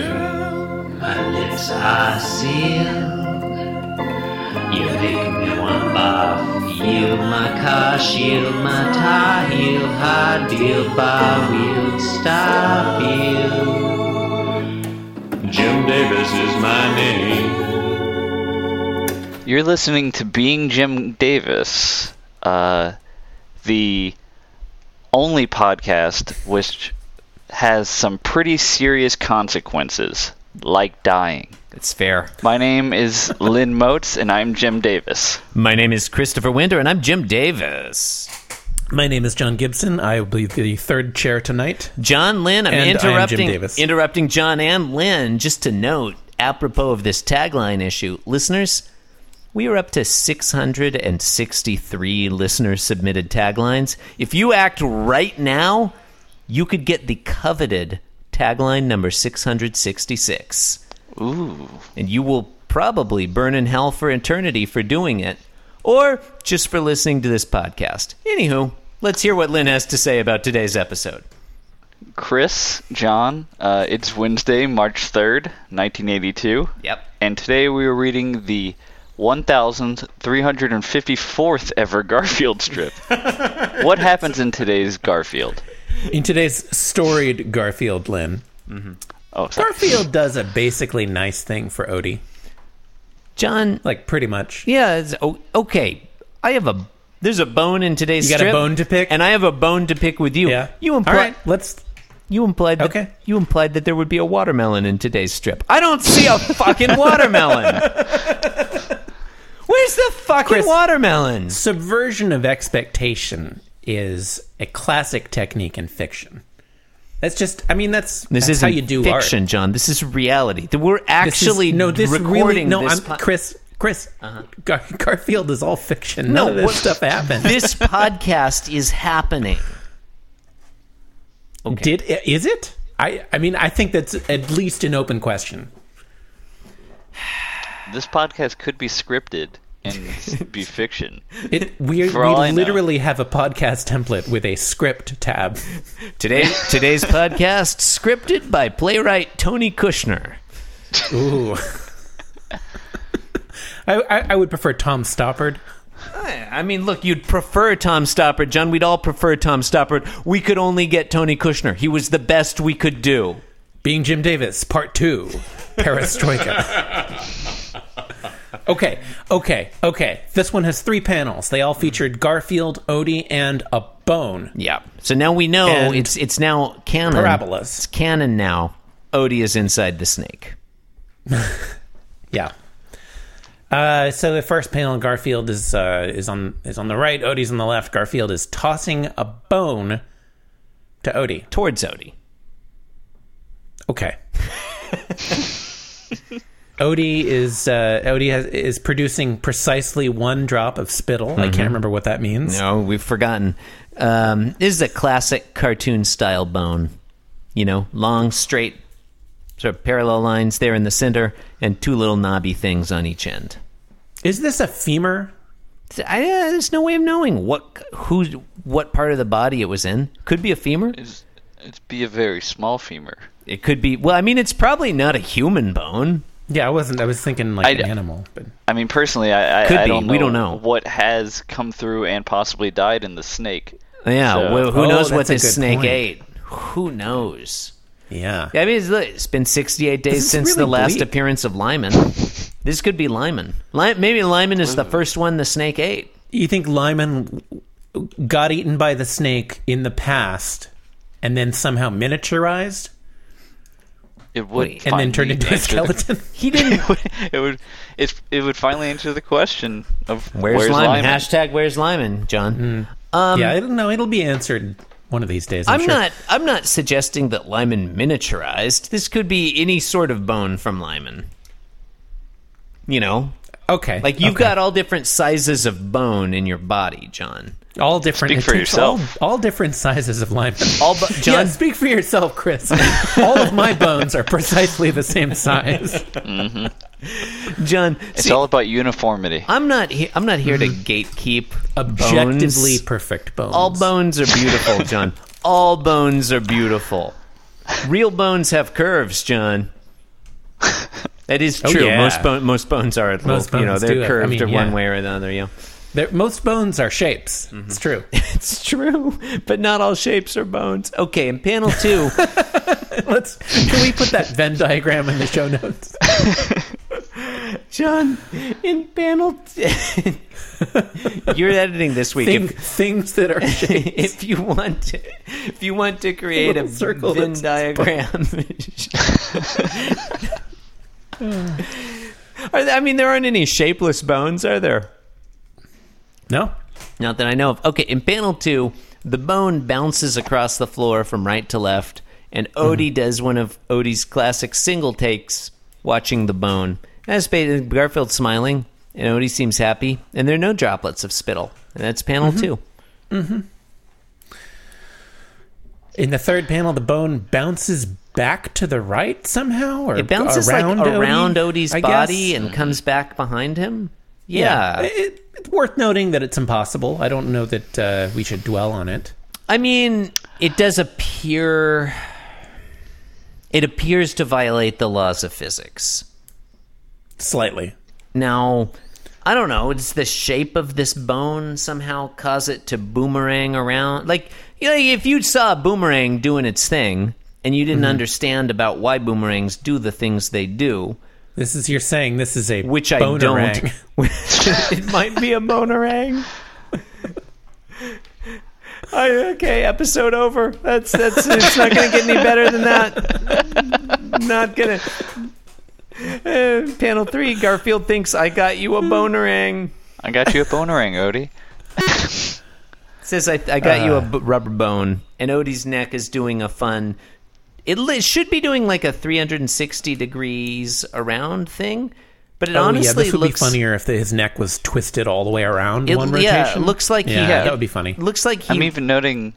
Girl, my lips are sealed. You make me wanna barf. Yield my car, shield my tie, heel, hard deal, bar wheel, stop you. Jim Davis is my name. You're listening to Being Jim Davis, uh, the only podcast which has some pretty serious consequences, like dying. It's fair. My name is Lynn Moats, and I'm Jim Davis. My name is Christopher Winter, and I'm Jim Davis. My name is John Gibson. I will be the third chair tonight. John Lynn, I'm And I am Jim interrupting Davis. interrupting John and Lynn just to note, apropos of this tagline issue, listeners, we are up to 663 listener submitted taglines. If you act right now, you could get the coveted tagline number 666. Ooh. and you will probably burn in hell for eternity for doing it, or just for listening to this podcast. Anywho, let's hear what Lynn has to say about today's episode. Chris, John, uh, it's Wednesday, March 3rd, 1982. Yep. And today we are reading the 1,354th ever Garfield strip. what happens in today's Garfield? In today's storied Garfield Lynn, Oh, sorry. Garfield does a basically nice thing for Odie. John, Like, pretty much. yeah, it's, oh, okay. I have a there's a bone in today's You got a strip, bone to pick? and I have a bone to pick with you. Yeah. You All implied right, let's. you implied that, Okay. you implied that there would be a watermelon in today's strip. I don't see a fucking watermelon. Where's the fucking Chris- watermelon? Subversion of expectation is a classic technique in fiction. That's just, I mean, that's, This that's isn't how you do art. fiction, John. This is reality. That We're This is- actually no, this recording really, no, this. I'm, po- Uh-huh. Chris, Chris, Gar- Garfield is all fiction. None No, of this what- stuff happened. this podcast is happening. Did is it? I I mean I think that's at least an open question. This podcast could be scripted and be fiction. It we For all I we know. literally have a podcast template with a script tab. Today, today's podcast scripted by playwright Tony Kushner. Ooh. I, I, I would prefer Tom Stoppard. Eh, I mean, look, you'd prefer Tom Stoppard, John. We'd all prefer Tom Stoppard. We could only get Tony Kushner. He was the best we could do. Being Jim Davis, part two, Perestroika. okay, okay, okay. This one has three panels. They all featured Garfield, Odie, and a bone. Yeah. So now we know And it's it's now canon. parabolas. It's canon now. Odie is inside the snake. Yeah. Uh, so the first panel, Garfield is uh, is on is on the right. Odie's on the left. Garfield is tossing a bone to Odie. Towards Odie. Okay. Odie is uh, Odie has, is producing precisely one drop of spittle. I can't remember what that means. No, we've forgotten. Um, this is a classic cartoon style bone. You know, long, straight, sort of parallel lines there in the center, and two little knobby things on each end. Is this a femur? So, I, uh, there's no way of knowing what who what part of the body it was in. Could be a femur. It's, it'd be a very small femur. It could be. Well, I mean, it's probably not a human bone. Yeah, I wasn't. I was thinking like I- an animal, but I mean, personally, I, I, Could I be. don't know We don't know. what has come through and possibly died in the snake. Yeah. So- well, who Oh, knows what that's a this good snake point. ate? Who knows? yeah. I mean, it's, look, it's been 68 is days since the really last bleak. appearance of Lyman. This could be Lyman. Ly- maybe Lyman is the first one the snake ate. You think Lyman got eaten by the snake in the past, and then somehow miniaturized? It would Wait. and finally then turned into a answer the- skeleton. He didn't. it would it's, it would finally answer the question of Where's, Lyman? Hashtag Where's Lyman, John? Mm, Um, yeah, I don't know. It'll be answered one of these days. I'm, I'm sure. not. I'm not suggesting that Lyman miniaturized. This could be any sort of bone from Lyman. You know, okay. like you've okay. got all different sizes of bone in your body, John. all different. Speak it for takes yourself. All, all different sizes of Lyman. All, bo- Yeah, John. speak for yourself, Chris. all of my bones are precisely the same size. John. It's see, all about uniformity. I'm not. He- I'm not here to gatekeep Mm-hmm. Objectively bones. perfect bones. All bones are beautiful, John. All bones are beautiful. Real bones have curves, John. That is Oh, true. yeah. Most bone, most bones are Most you know bones do they're have- I curved mean, yeah. one way or the other. Yeah, There, most bones are shapes. Mm-hmm. It's true. it's true, but not all shapes are bones. Okay, in panel two, Let's can we put that Venn diagram in the show notes? John, in panel, t- you're editing this week. Thing, If, things that are shapes. if you want to, if you want to create a, Little circle Venn that says diagram. are there, I mean, there aren't any shapeless bones, are there? No. Not that I know of. Okay, in panel two, the bone bounces across the floor from right to left, and Odie does one of Odie's classic single takes, watching the bone. As Garfield smiling, and Odie seems happy, and there are no droplets of spittle. And that's panel two. In the third panel, the bone bounces back to the right somehow, or It bounces around like Odie, around Odie's I guess. body and comes back behind him. Yeah. It- it's worth noting that it's impossible. I don't know that uh, we should dwell on it. I mean, it does appear. It appears to violate the laws of physics. Slightly. Now, I don't know. Does the shape of this bone somehow cause it to boomerang around? Like, you know, if you saw a boomerang doing its thing and you Mm-hmm. didn't understand about why boomerangs do the things they do, This is you're saying this is a which I bonerang. Oh, don't, it might be a bonerang. I, okay, episode over. That's that's. It's not going to get any better than that. Not gonna. Uh, panel three. Garfield thinks I got you a bonerang. I got you a bonerang, Odie. Says I, I got Uh. you a b- rubber bone, and Odie's neck is doing a fun. It li- should be doing like a 360 degrees around thing, but it Oh, honestly yeah, this would looks be funnier if his neck was twisted all the way around one rotation. Yeah, it looks like he. Yeah, had- that would be funny. Looks like he. I'm even noting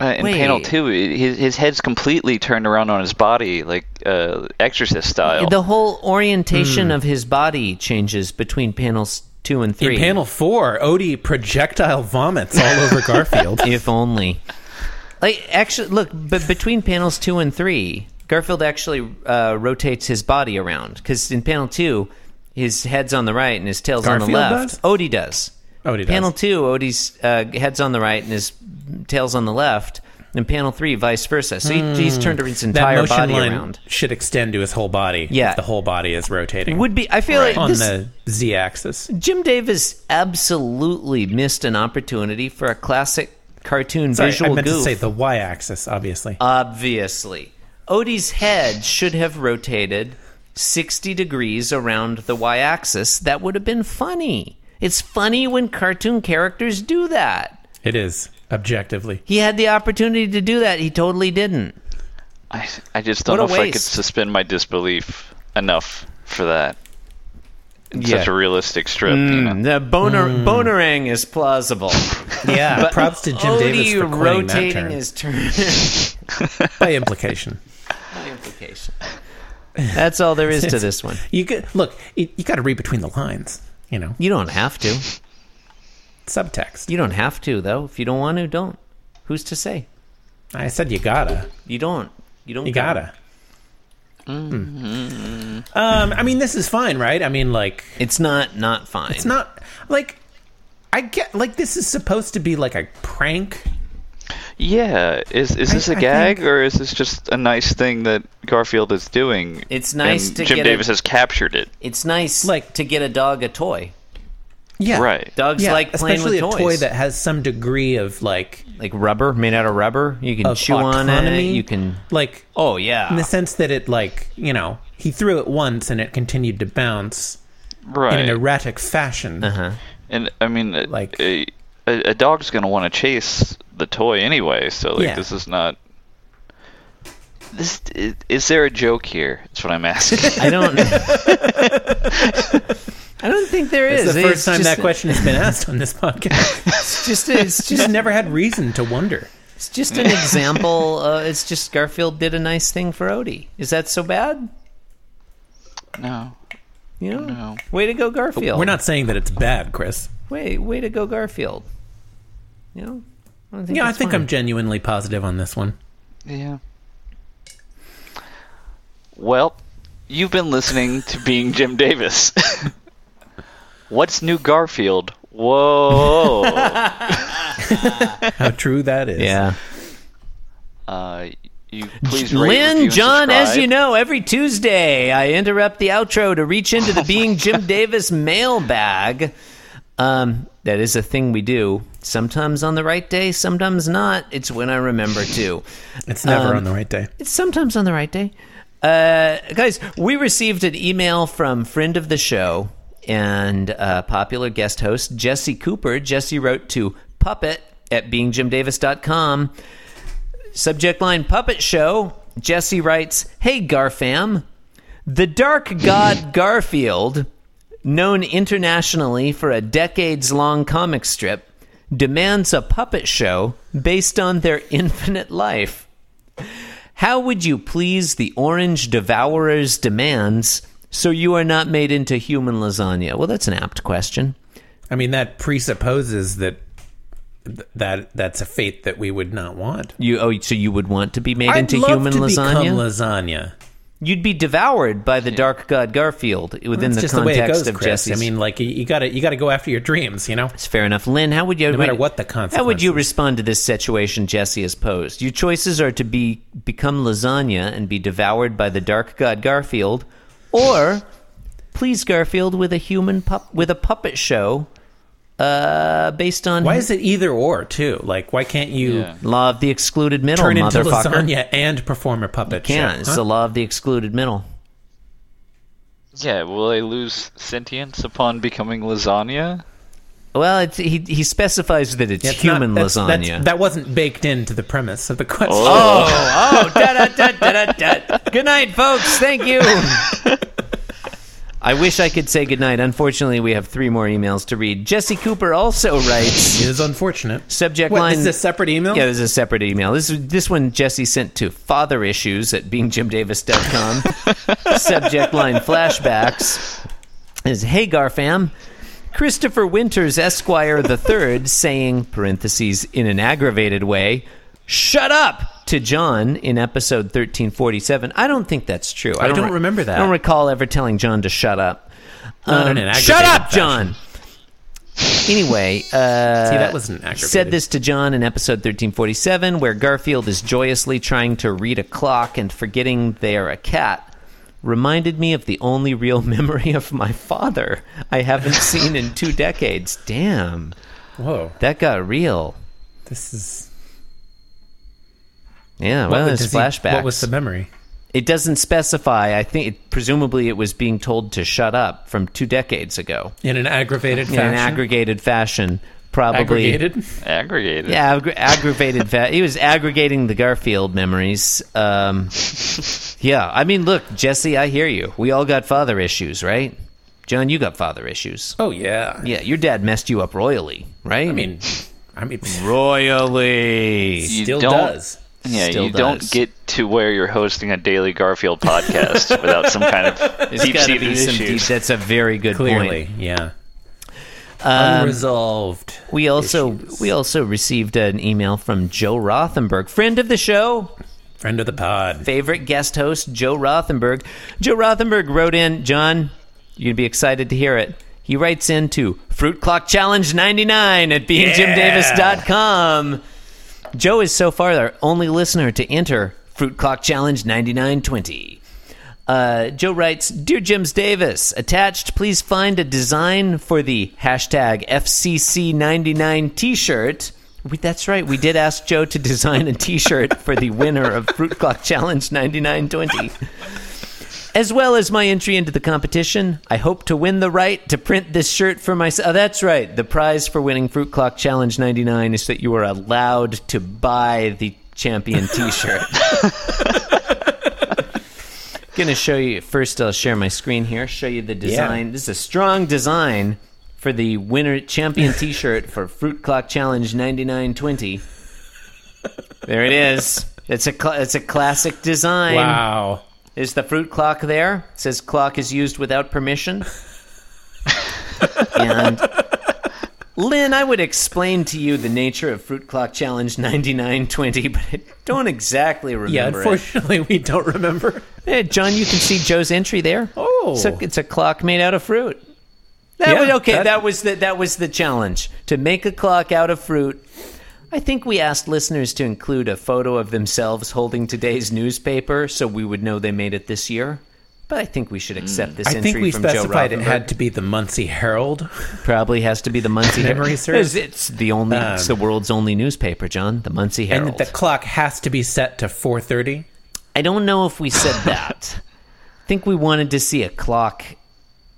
uh, in panel Wait. two, two, his his head's completely turned around on his body, like uh, Exorcist style. the whole orientation of his body changes between panels two and three. Hmm. In panel four, Odie projectile vomits all over Garfield. if only. Like actually, look, but between panels two and three, Garfield actually uh, rotates his body around because in panel two, his head's on the right and his tail's on the Garfield left. does? Odie does. Odie does. Panel two, Odie's uh, head's on the right and his tail's on the left. And panel three, vice versa. So he, he's turned his Hmm. that entire motion body line around. should extend to his whole body. Yeah. if the whole body is rotating Would be. I feel like on this, the z-axis. Jim Davis absolutely missed an opportunity for a classic cartoon Sorry, visual I meant goof. Uh, to say the y-axis, obviously. Obviously. Odie's head should have rotated 60 degrees around the y axis. That would have been funny. It's funny when cartoon characters do that. it is objectively. He had the opportunity to do that. He totally didn't. I, I just don't What know a if I could waste. suspend my disbelief enough for that. It's Yeah. Mm. Such a realistic strip. you know? The boner, bonerang is plausible. Yeah, Hmm. props to Jim Odie Davis for coining that rotating term his turn. by implication. Implication. That's all there is to this one. You could, look, you, you got to read between the lines. You know, You don't have to. subtext. You don't have to, though. If you don't want to, don't. Who's to say? I said you gotta. You don't. You don't. You gotta. Mm-hmm. Hmm. Um, I mean, this is fine, right? I mean, like, It's not not fine. it's not like I get like this is supposed to be like a prank. Yeah, is is this a I gag think- or is this just a nice thing that Garfield is doing? It's nice and to Jim get a- Davis has captured it. It's nice Like- to get a dog a toy. Yeah, Right. Dogs Yeah, like playing especially with toys. a toy that has some degree of like like rubber, made out of rubber. You can of chew on it. autonomy. You can. like Oh yeah. in the sense that it like you know he threw it once and it continued to bounce Right. in an erratic fashion. Uh-huh. And I mean, a- Like- a, a, a dog's gonna want to chase the toy anyway. So like, Yeah. this is not. This is, is there a joke here? That's what I'm asking. I don't. I don't think there It's is. the first time just, that question has been asked on this podcast. It's just. It's Just just. never had reason to wonder. It's just an example. Uh, it's just Garfield did a nice thing for Odie. Is that so bad? no, You know. no. Way to go, Garfield. We're not saying that it's bad, Chris. Way way to go, Garfield. You know. I don't think Yeah, I that's think fine. I'm genuinely positive on this one. Yeah. Well, you've been listening to Being Jim Davis. What's new Garfield? Whoa. How true that is. Yeah. uh, you please rate, review, Lynn, and John, as subscribe. you know, every Tuesday I interrupt the outro to reach into the Being Jim Davis mailbag. Um, that is a thing we do. Sometimes on the right day, sometimes not. It's when I remember to. It's never Um, on the right day. It's sometimes on the right day. Uh, guys, we received an email from friend of the show and uh, popular guest host Jesse Cooper. Jesse wrote to puppet at beingjimdavis.com. Subject line Puppet Show. Jesse writes Hey, Garfam. The dark god Garfield, known internationally for a decades long comic strip, demands a puppet show based on their infinite life. How would you please the orange devourer's demands so you are not made into human lasagna? Well, that's an apt question. I mean, that presupposes that th- that that's a fate that we would not want. You oh, so you would want to be made into love human to become lasagna? lasagna. You'd be devoured by the dark god Garfield within It's the just the way it context goes, of Chris. Jesse's. I mean, like you- you got to you got to go after your dreams. You know, It's fair enough, Lynn. How would you? No matter what the How would you consequences. respond to this situation Jesse has posed? Your choices are to be become lasagna and be devoured by the dark god Garfield, or please Garfield with a human pup with a puppet show, uh, based on why is it either or too? Like, why can't you Oh, Yeah. law of the excluded middle, turn into motherfucker? lasagna and perform a puppet Can't. show? It's huh? the law of the excluded middle. Yeah, will I lose sentience upon becoming lasagna? Well, it's, he he specifies that it's, It's not- human that's- lasagna. that's- that wasn't baked into the premise of the question. Oh, oh, da da da da da da. Good night, folks. Thank you. I wish I could say goodnight. Unfortunately, we have three more emails to read. Jesse Cooper also writes It is unfortunate. subject What, line. this is a separate email? Yeah, this is a separate email. This this one Jesse sent to father issues at beingjimdavis.com. subject line flashbacks is Hey Garfam. Christopher Winters Esquire III saying, parentheses, in an aggravated way, shut up to John in episode 1347. I don't think that's true. I don't remember that. I don't recall ever telling John to shut up. Um, Not in an aggravated shut up, John! fashion. Anyway, uh, See, that was an aggravated. said this to John in episode 1347, where Garfield is joyously trying to read a clock and forgetting they are a cat. Reminded me of the only real memory of my father I haven't seen in two decades. Damn, Whoa, that got real. this is. Yeah, well, What it's does he- flashbacks. What was the memory? It doesn't specify. I think presumably it was being told to shut up from two decades ago In an aggravated in fashion. an aggregated fashion. Probably aggregated. Aggregated. Yeah, aggra- aggravated fat. He was aggregating the Garfield memories. Um, yeah, I mean, look, Jesse, I hear you. We all got father issues, right? John, you got father issues. Oh yeah. Yeah, your dad messed you up royally, right? I mean, I mean, royally. You still don't, does. Yeah, Still you does. don't get to where you're hosting a daily Garfield podcast without some kind of It's deep gotta seated be some deep- issues. that's a very good Clearly, point. Um, yeah. Unresolved. We also issues. we also received an email from Joe Rothenberg, friend of the show, friend of the pod. favorite guest host, Joe Rothenberg. Joe Rothenberg wrote in, John, you're going to be excited to hear it. He writes in to Fruit Clock Challenge 99 at beingjimdavis.com. Joe is so far our only listener to enter Fruit Clock Challenge 9920. Uh, Joe writes, Dear Jims Davis, attached, please find a design for the hashtag FCC99 t shirt. We, that's right. We did ask Joe to design a t shirt for the winner of Fruit Clock Challenge 9920. As well as my entry into the competition, I hope to win the right to print this shirt for myself. Oh, that's right. The prize for winning Fruit Clock Challenge 99 is that you are allowed to buy the champion t shirt. gonna show you first i'll share my screen here show you the design this is a strong design for the winner champion t-shirt for fruit clock challenge 9920 there it is it's a cla it's a classic design Wow. is the fruit clock there it says clock is used without permission and Lynn, I would explain to you the nature of Fruit Clock Challenge 9920, but I don't exactly remember Yeah, it. unfortunately, we don't remember. Eh, John, you can see Joe's entry there. Oh. it's a, it's a clock made out of fruit. That Yeah, was, okay, that, that- was the that was the challenge to make a clock out of fruit. I think we asked listeners to include a photo of themselves holding today's newspaper, so we would know they made it this year. But I think we should accept this I entry think we from Joe specified it Rothenberg. had to be the Muncie Herald. Probably has to be the Muncie Herald. Memory serves. It's the only. it's the world's only newspaper, John. The Muncie Herald. Um, And the clock has to be set to 4:30. I don't know if we said that. I think we wanted to see a clock.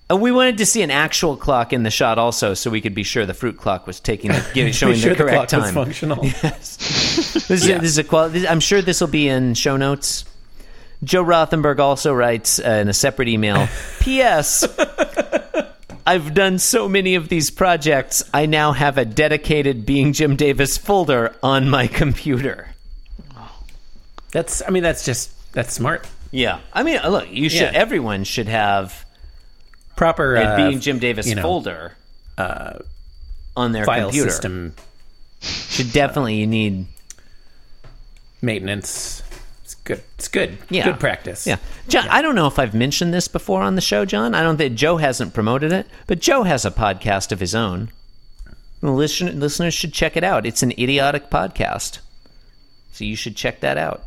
Oh, we wanted to see an actual clock in the shot also, so we could be sure the fruit clock was taking, the, giving, showing Be sure the the clock correct was time. functional. This is, this is a qual- this, I'm sure this will be in show notes. Joe Rothenberg also writes uh, in a separate email P.S. I've done so many of these projects, I now have a dedicated Being Jim Davis folder on my computer. That's I mean that's just that's smart. Yeah. I mean, uh, look, you should, Yeah. everyone should have Proper and uh, being Jim Davis you know, folder uh, on their file computer. system Should definitely you need maintenance. It's good. It's good. yeah Good practice. Yeah, John. I don't know if I've mentioned this before on the show, John. I don't think Joe hasn't promoted it, but Joe has a podcast of his own. Listen, listeners should check it out. It's an idiotic podcast, so you should check that out.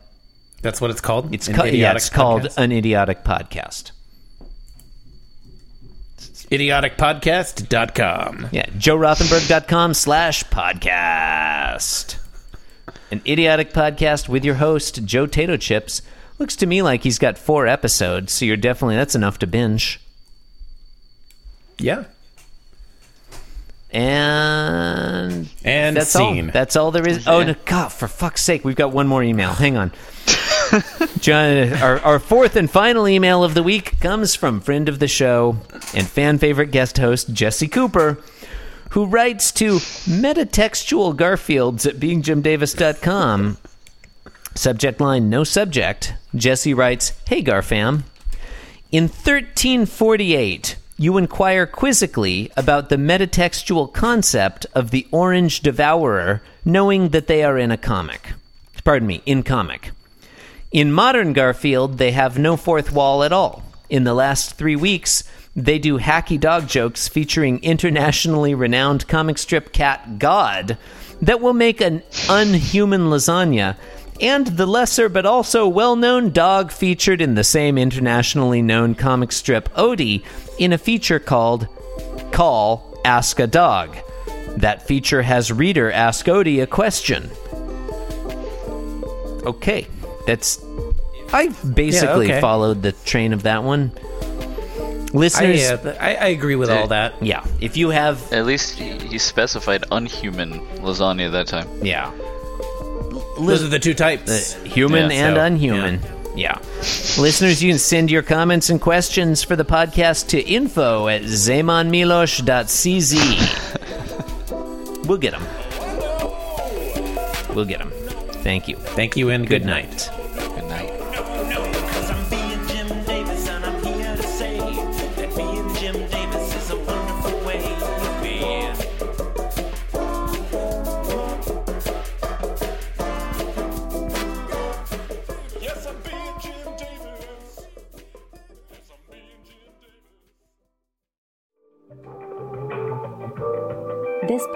That's what it's called. It's, An ca- yeah, idiotic it's called uh, podcast? an idiotic podcast. idioticpodcast.com. Yeah, joerothenberg.com slash podcast. An idiotic podcast with your host, Joe Tato Chips. Looks to me like he's got four episodes, so you're definitely, that's enough to binge. Yeah. And, And that's scene. all. That's all there is. Oh, no, God, for fuck's sake, we've got one more email. Hang on. John, our, our fourth and final email of the week comes from friend of the show and fan favorite guest host, Jesse Cooper, who writes to metatextual Garfields at beingjimdavis.com. Subject line, no subject. Jesse writes, Hey, Garfam. In 1348, you inquire quizzically about the metatextual concept of the orange devourer, knowing that they are in a comic. Pardon me, in comic. In modern Garfield, they have no fourth wall at all. In the last three weeks, they do hacky dog jokes featuring internationally renowned comic strip cat God that will make an unhuman lasagna and the lesser but also well known dog featured in the same internationally known comic strip Odie in a feature called Call Ask a Dog. That feature has reader ask Odie a question. Okay, that's. I basically okay. followed the train of that one. Listeners, I, uh, th- I, I agree with all that. yeah, if you have At least he he specified unhuman lasagna that time. yeah, Those are the two types. Uh, human Yeah, and so, unhuman. Yeah. Listeners, you can send your comments and questions for the podcast to info at zamanmilosh.cz. we'll get them. We'll get them. Thank you. Thank you and good, night. Good night. Cause I'm being Jim Davis and I'm here to say that being Jim Davis is a wonderful way to be. Yes, I'm being Jim Davis. Yes, I'm being Jim Davis. This